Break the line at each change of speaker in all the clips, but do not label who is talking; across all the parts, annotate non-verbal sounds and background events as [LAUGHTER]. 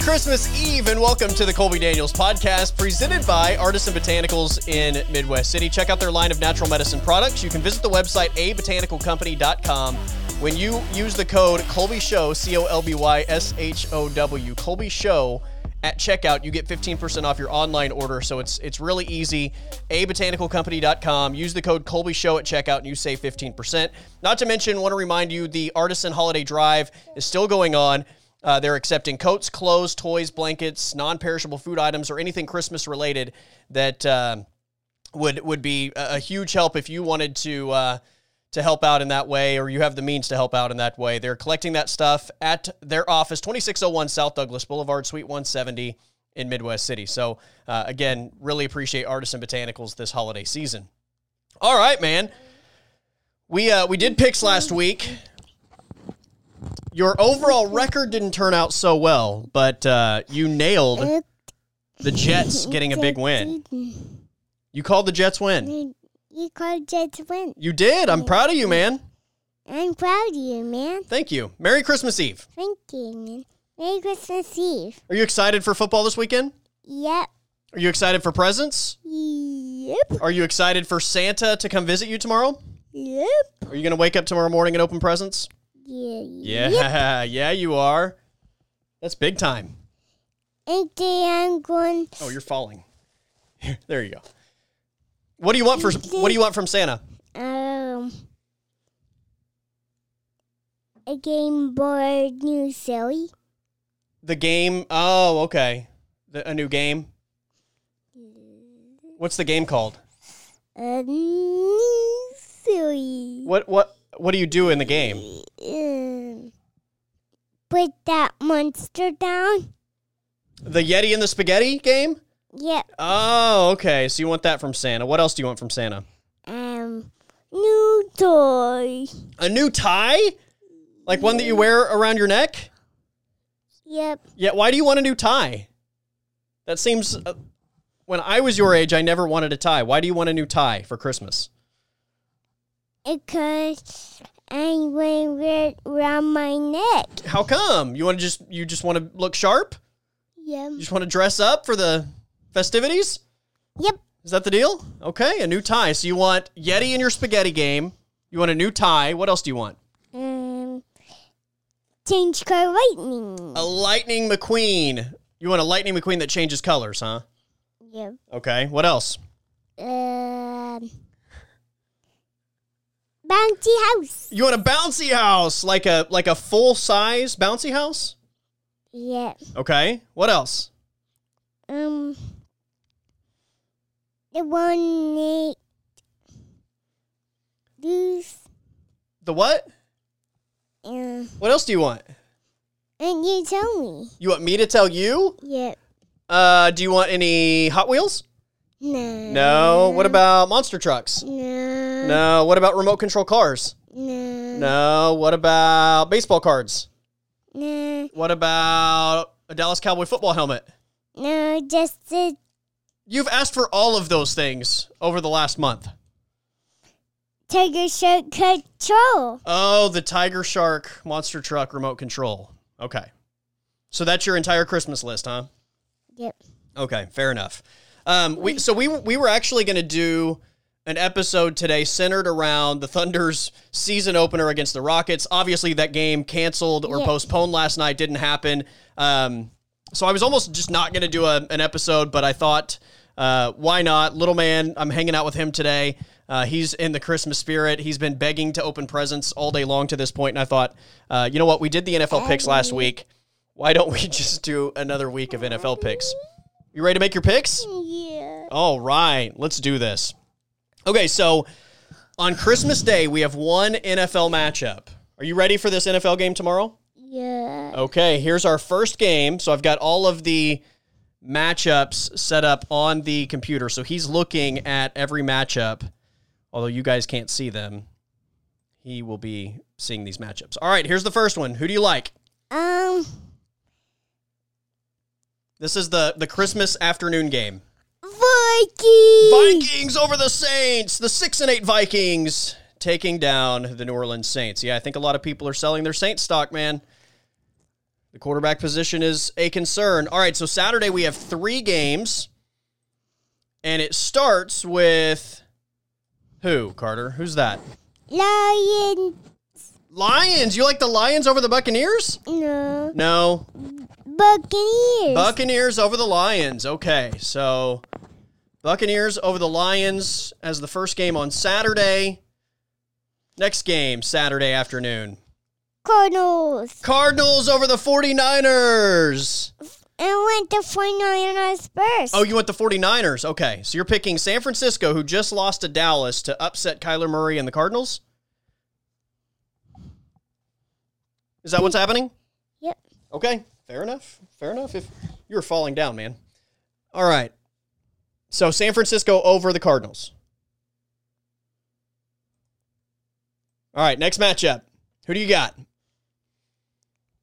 Christmas Eve, and welcome to the Colby Daniels podcast presented by Artisan Botanicals in Midwest City. Check out their line of natural medicine products. You can visit the website abotanicalcompany.com. When you use the code Colby Show, C O L B Y S H O W, Colby Show at checkout, you get 15% off your online order. So it's it's really easy. abotanicalcompany.com. Use the code Colby Show at checkout and you save 15%. Not to mention, want to remind you the Artisan Holiday Drive is still going on. Uh, they're accepting coats, clothes, toys, blankets, non-perishable food items, or anything Christmas related that um would would be a, a huge help if you wanted to uh, to help out in that way, or you have the means to help out in that way. They're collecting that stuff at their office, 2601 South Douglas Boulevard, Suite 170 in Midwest City. So uh, again, really appreciate Artisan Botanicals this holiday season. All right, man. We uh, we did picks last week. Your overall record didn't turn out so well, but uh, you nailed the Jets getting a big win. You called the Jets win.
You called Jets win.
You did. I'm proud of you, man.
I'm proud of you, man.
Thank you. Merry Christmas Eve.
Thank you, man. Merry Christmas Eve.
Are you excited for football this weekend?
Yep.
Are you excited for presents?
Yep.
Are you excited for Santa to come visit you tomorrow?
Yep.
Are you going to wake up tomorrow morning and open presents?
Yeah.
Yeah, yeah, [LAUGHS] you are. That's big time.
And then I'm going
Oh, you're falling. [LAUGHS] Here, there you go. What do you want for What do you want from Santa?
um a Game Boy new silly.
The game. Oh, okay. The, a new game. What's the game called?
A new silly.
What what what do you do in the game?
Um, put that monster down.
The Yeti and the Spaghetti game?
Yep.
Oh, okay. So you want that from Santa. What else do you want from Santa?
Um new toy.
A new tie? Like one that you wear around your neck?
Yep.
Yeah, why do you want a new tie? That seems uh, when I was your age, I never wanted a tie. Why do you want a new tie for Christmas?
because I'm wearing it around my neck.
How come? You want to just you just want to look sharp?
Yep.
You just want to dress up for the festivities?
Yep.
Is that the deal? Okay, a new tie. So you want Yeti in your spaghetti game. You want a new tie. What else do you want?
Um, change car lightning.
A Lightning McQueen. You want a Lightning McQueen that changes colors, huh?
Yep.
Okay. What else?
Um, bouncy house.
You want a bouncy house, like a like a full size bouncy house?
Yep.
Okay. What else?
Um, the one that loose.
The what?
Uh,
What else do you want?
and you tell me.
You want me to tell you?
Yep.
Uh, do you want any Hot Wheels?
No.
No. What about monster trucks?
No.
No. What about remote control cars?
No.
No. What about baseball cards?
No.
What about a Dallas Cowboy football helmet?
No. Just the
You've asked for all of those things over the last month.
Tiger Shark Control.
Oh, the Tiger Shark monster truck remote control. Okay. So that's your entire Christmas list, huh?
Yep.
Okay, fair enough. Um, we so we we were actually going to do an episode today centered around the Thunder's season opener against the Rockets. Obviously, that game canceled or
Yeah.
postponed last night didn't happen. Um, so I was almost just not going to do a, an episode, but I thought, uh, why not? Little man, I'm hanging out with him today. Uh, he's in the Christmas spirit. He's been begging to open presents all day long to this point, and I thought, uh, you know what? We did the NFL picks last week. Why don't we [LAUGHS] just do another week of NFL picks? You ready to make your picks?
Yeah.
All right, let's do this. Okay, so on Christmas Day, we have one NFL matchup. Are you ready for this NFL game tomorrow?
Yeah.
Okay, here's our first game. So I've got all of the matchups set up on the computer. So he's looking at every matchup, although you guys can't see them. He will be seeing these matchups. All right, here's the first one. Who do you like?
Um.
This is the the Christmas afternoon game.
Viking.
Vikings over the Saints. The six and eight Vikings taking down the New Orleans Saints. Yeah, I think a lot of people are selling their Saints stock, man. The quarterback position is a concern. All right, so Saturday we have three games, and it starts with who, Carter? Who's that?
Lion.
Lions. You like the Lions over the Buccaneers?
No.
No.
Buccaneers.
Buccaneers over the Lions. Okay, so Buccaneers over the Lions as the first game on Saturday. Next game, Saturday afternoon.
Cardinals.
Cardinals over the 49ers.
And went to 49ers first.
Oh, you went the 49ers. Okay. So you're picking San Francisco, who just lost to Dallas, to upset Kyler Murray and the Cardinals? Is that what's happening?
Yep.
Okay. Fair enough. Fair enough. If you were falling down, man. All right. So San Francisco over the Cardinals. All right. Next matchup. Who do you got?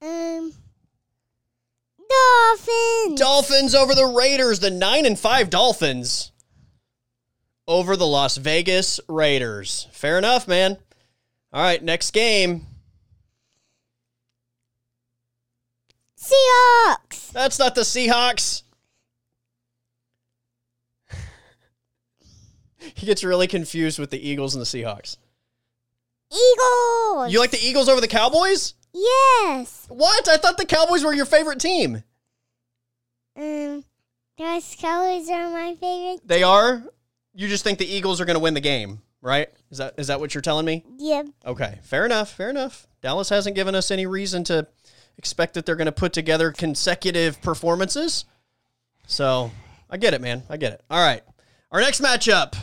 Um. Dolphins.
Dolphins over the Raiders, the nine and five Dolphins over the Las Vegas Raiders. Fair enough, man. All right, next game.
Seahawks.
That's not the Seahawks. he gets really confused with the Eagles and the Seahawks.
Eagles.
You like the Eagles over the Cowboys?
yes.
What? I thought the Cowboys were your favorite team.
Um. Those colors are my favorite.
They are. You just think the Eagles are going to win the game, right? Is that is that what you're telling me?
Yep.
Okay, fair enough, fair enough. Dallas hasn't given us any reason to expect that they're going to put together consecutive performances. So I get it, man. I get it. All right. Our next matchup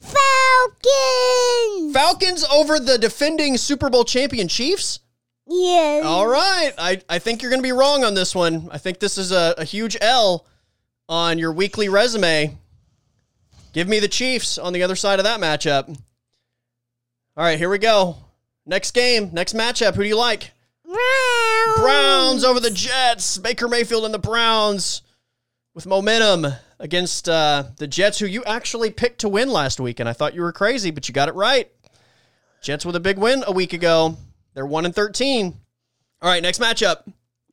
Falcons.
Falcons over the defending Super Bowl champion Chiefs.
yes.
All right. I, I think you're going to be wrong on this one. I think this is a, a huge L on your weekly resume. Give me the Chiefs on the other side of that matchup. All right, here we go. Next game, next matchup. Who do you like?
Browns.
Browns over the Jets. Baker Mayfield and the Browns with momentum against uh, the Jets, who you actually picked to win last week, and I thought you were crazy, but you got it right. Jets with a big win a week ago. They're one and thirteen. All right, next matchup: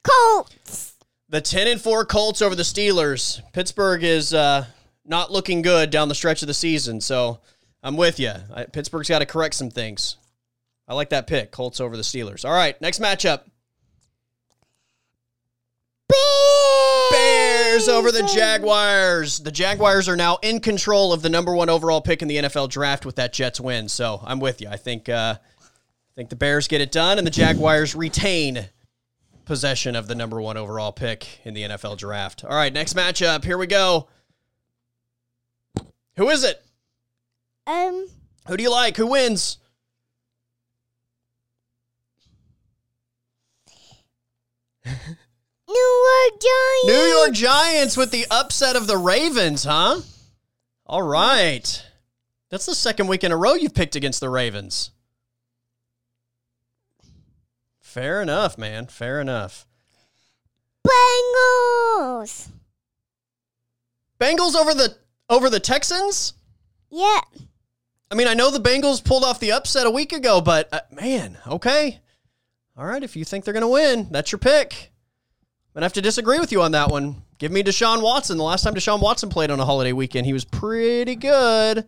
Colts.
the ten and four Colts over the Steelers. Pittsburgh is uh, not looking good down the stretch of the season, so I'm with you. I, Pittsburgh's got to correct some things. I like that pick, Colts over the Steelers. All right, next matchup.
Bears.
Bears over the Jaguars. The Jaguars are now in control of the number one overall pick in the NFL draft with that Jets win. So I'm with you. I think uh, I think the Bears get it done, and the Jaguars retain possession of the number one overall pick in the NFL draft. All right, next matchup. Here we go. Who is it?
Um.
Who do you like? Who wins?
New York Giants.
New York Giants with the upset of the Ravens, huh? All right. That's the second week in a row you've picked against the Ravens. Fair enough, man. Fair enough.
Bengals.
Bengals over the over the Texans?
Yep.
I mean, I know the Bengals pulled off the upset a week ago, but uh, man, okay. All right, if you think they're going to win, that's your pick. I'm going to have to disagree with you on that one. Give me Deshaun Watson. The last time Deshaun Watson played on a holiday weekend, he was pretty good.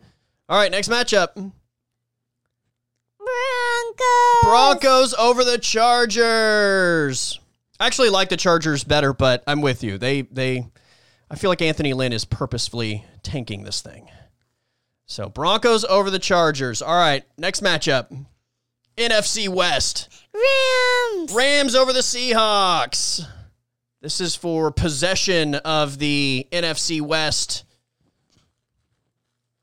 All right, next matchup
Broncos.
Broncos over the Chargers. I actually like the Chargers better, but I'm with you. They, they, I feel like Anthony Lynn is purposefully tanking this thing. So Broncos over the Chargers. All right, next matchup. NFC West.
Rams.
Rams over the Seahawks. This is for possession of the NFC West.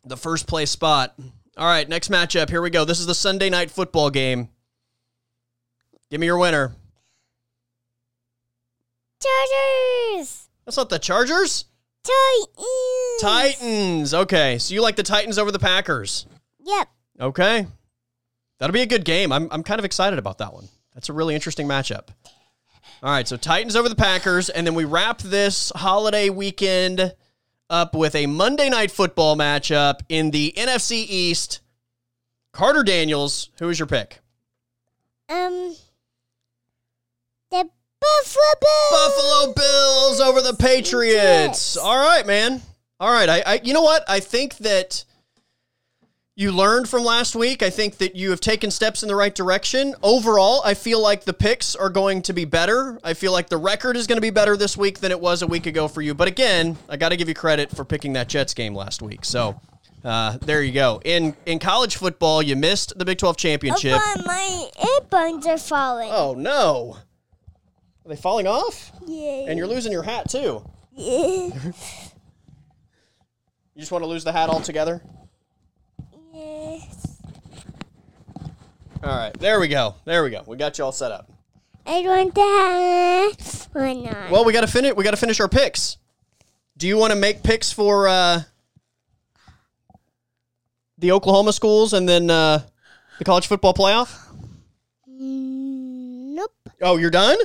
The first place spot. All right, next matchup. Here we go. This is the Sunday night football game. Give me your winner.
Chargers.
That's not the Chargers.
Titans.
Titans. Okay. So you like the Titans over the Packers.
Yep.
Okay. That'll be a good game. I'm, I'm kind of excited about that one. That's a really interesting matchup. All right, so Titans over the Packers, and then we wrap this holiday weekend up with a Monday night football matchup in the NFC East. Carter Daniels, who is your pick?
Um. The Buffalo Bills.
Buffalo Bills over the Patriots.
Yes.
All right, man. All right. I, I you know what? I think that you learned from last week. I think that you have taken steps in the right direction. Overall, I feel like the picks are going to be better. I feel like the record is going to be better this week than it was a week ago for you. But again, I got to give you credit for picking that Jets game last week. So uh, there you go. In in college football, you missed the Big Twelve championship.
Oh, my earbuds are falling.
Oh no! Are they falling off?
Yeah.
And you're losing your hat too.
yeah.
You just want to lose the hat altogether?
Yes.
All right. There we go. There we go. We got you all set up.
I want to have Why not?
Well, we got to finish we got to finish our picks. Do you want to make picks for uh the Oklahoma schools and then uh the college football playoff?
Mm, nope.
Oh, you're done?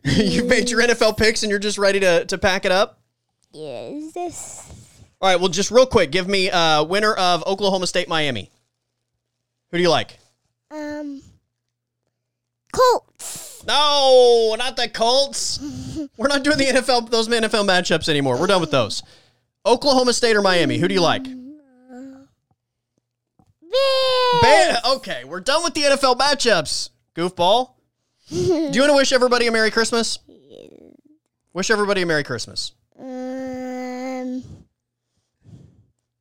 [LAUGHS] You've made your NFL picks and you're just ready to to pack it up?
Yes. This.
All right, well just real quick, give me uh winner of Oklahoma State Miami. Who do you like?
Um. Colts.
No, not the Colts. [LAUGHS] We're not doing the NFL those NFL matchups anymore. We're done with those. Oklahoma State or Miami? Who do you like?
Bears.
Ba- okay, we're done with the NFL matchups. Goofball. Do you want to wish everybody a Merry Christmas? Wish everybody a Merry Christmas.
Um.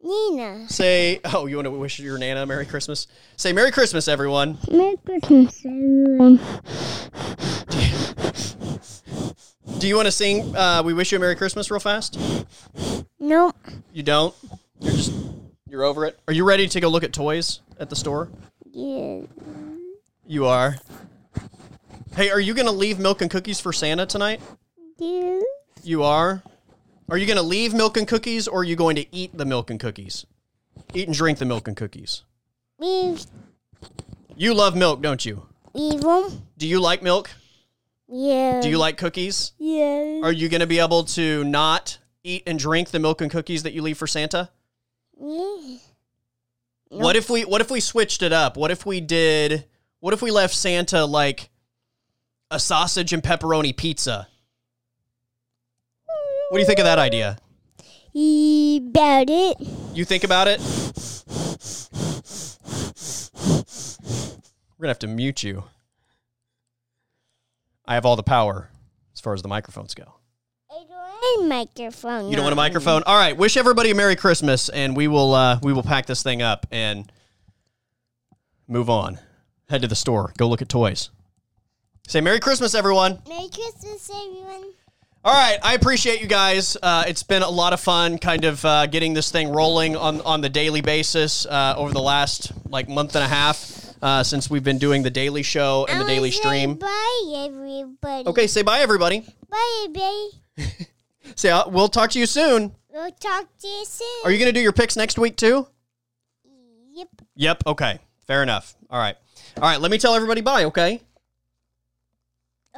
Nina.
Say, oh, you want to wish your Nana a Merry Christmas? Say Merry Christmas, everyone.
Merry Christmas, everyone.
Do you want to sing uh, We Wish You a Merry Christmas real fast?
Nope.
You don't? You're just, you're over it? Are you ready to take a look at toys at the store?
Yeah.
You are. Hey, are you going to leave milk and cookies for Santa tonight?
Yeah.
You are? Are you going to leave milk and cookies or are you going to eat the milk and cookies? Eat and drink the milk and cookies.
Leave.
You love milk, don't you?
Leave them.
Do you like milk?
Yeah.
Do you like cookies?
Yeah.
Are you going to be able to not eat and drink the milk and cookies that you leave for Santa?
yeah.
What if we what if we switched it up? What if we did what if we left Santa like a sausage and pepperoni pizza? What do you think of that idea?
About it.
You think about it? We're going to have to mute you. I have all the power as far as the microphones go.
I don't want a microphone.
You don't want a microphone? All right. Wish everybody a Merry Christmas, and we will uh, we will pack this thing up and move on. Head to the store. Go look at toys. Say Merry Christmas, everyone.
Merry Christmas, everyone.
All right, I appreciate you guys. Uh, it's been a lot of fun, kind of uh, getting this thing rolling on on the daily basis uh, over the last like month and a half uh, since we've been doing the daily show and the
I
daily
wanna say
stream.
Bye, everybody.
Okay, say bye, everybody.
Bye, everybody.
Say uh, we'll talk to you soon.
We'll talk to you soon.
Are you going to do your picks next week too?
Yep.
Yep. Okay. Fair enough. All right. All right. Let me tell everybody bye. Okay.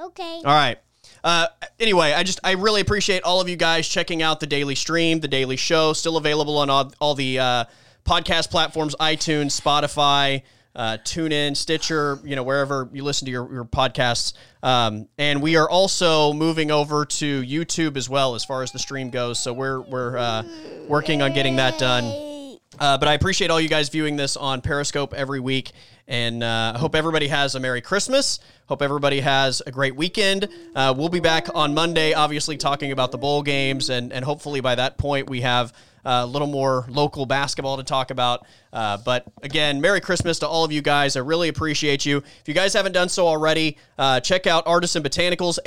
Okay.
All right. Uh, anyway, I just I really appreciate all of you guys checking out the daily stream, the daily show, still available on all, all the uh, podcast platforms, iTunes, Spotify, uh, TuneIn, Stitcher, you know wherever you listen to your, your podcasts. Um, and we are also moving over to YouTube as well, as far as the stream goes. So we're we're uh, working on getting that done.
Hey.
Uh, but I appreciate all you guys viewing this on Periscope every week. And uh, I hope everybody has a Merry Christmas. Hope everybody has a great weekend. Uh, we'll be back on Monday, obviously, talking about the bowl games. And, and hopefully by that point, we have uh, a little more local basketball to talk about. Uh, but again, Merry Christmas to all of you guys. I really appreciate you. If you guys haven't done so already, uh, check out Artisan Botanicals,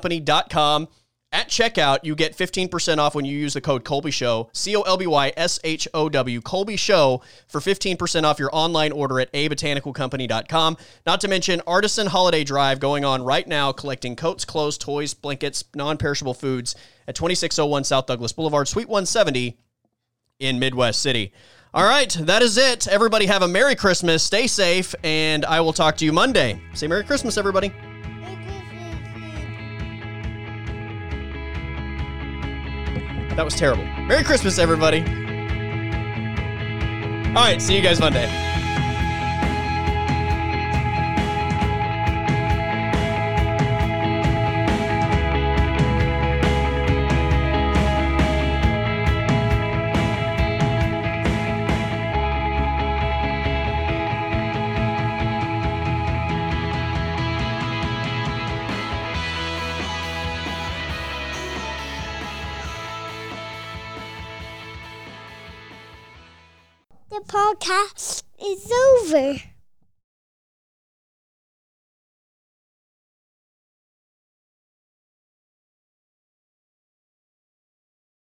abotanicalcompany.com. At checkout, you get 15% off when you use the code Colby Show, C O L B Y S H O W, Colby Show, for 15% off your online order at abotanicalcompany.com. Not to mention Artisan Holiday Drive going on right now, collecting coats, clothes, toys, blankets, non perishable foods at 2601 South Douglas Boulevard, Suite 170 in Midwest City. All right, that is it. Everybody have a Merry Christmas, stay safe, and I will talk to you Monday. Say Merry Christmas, everybody.
Merry Christmas.
That was terrible. Merry Christmas, everybody. All right, see you guys Monday.
the podcast is over.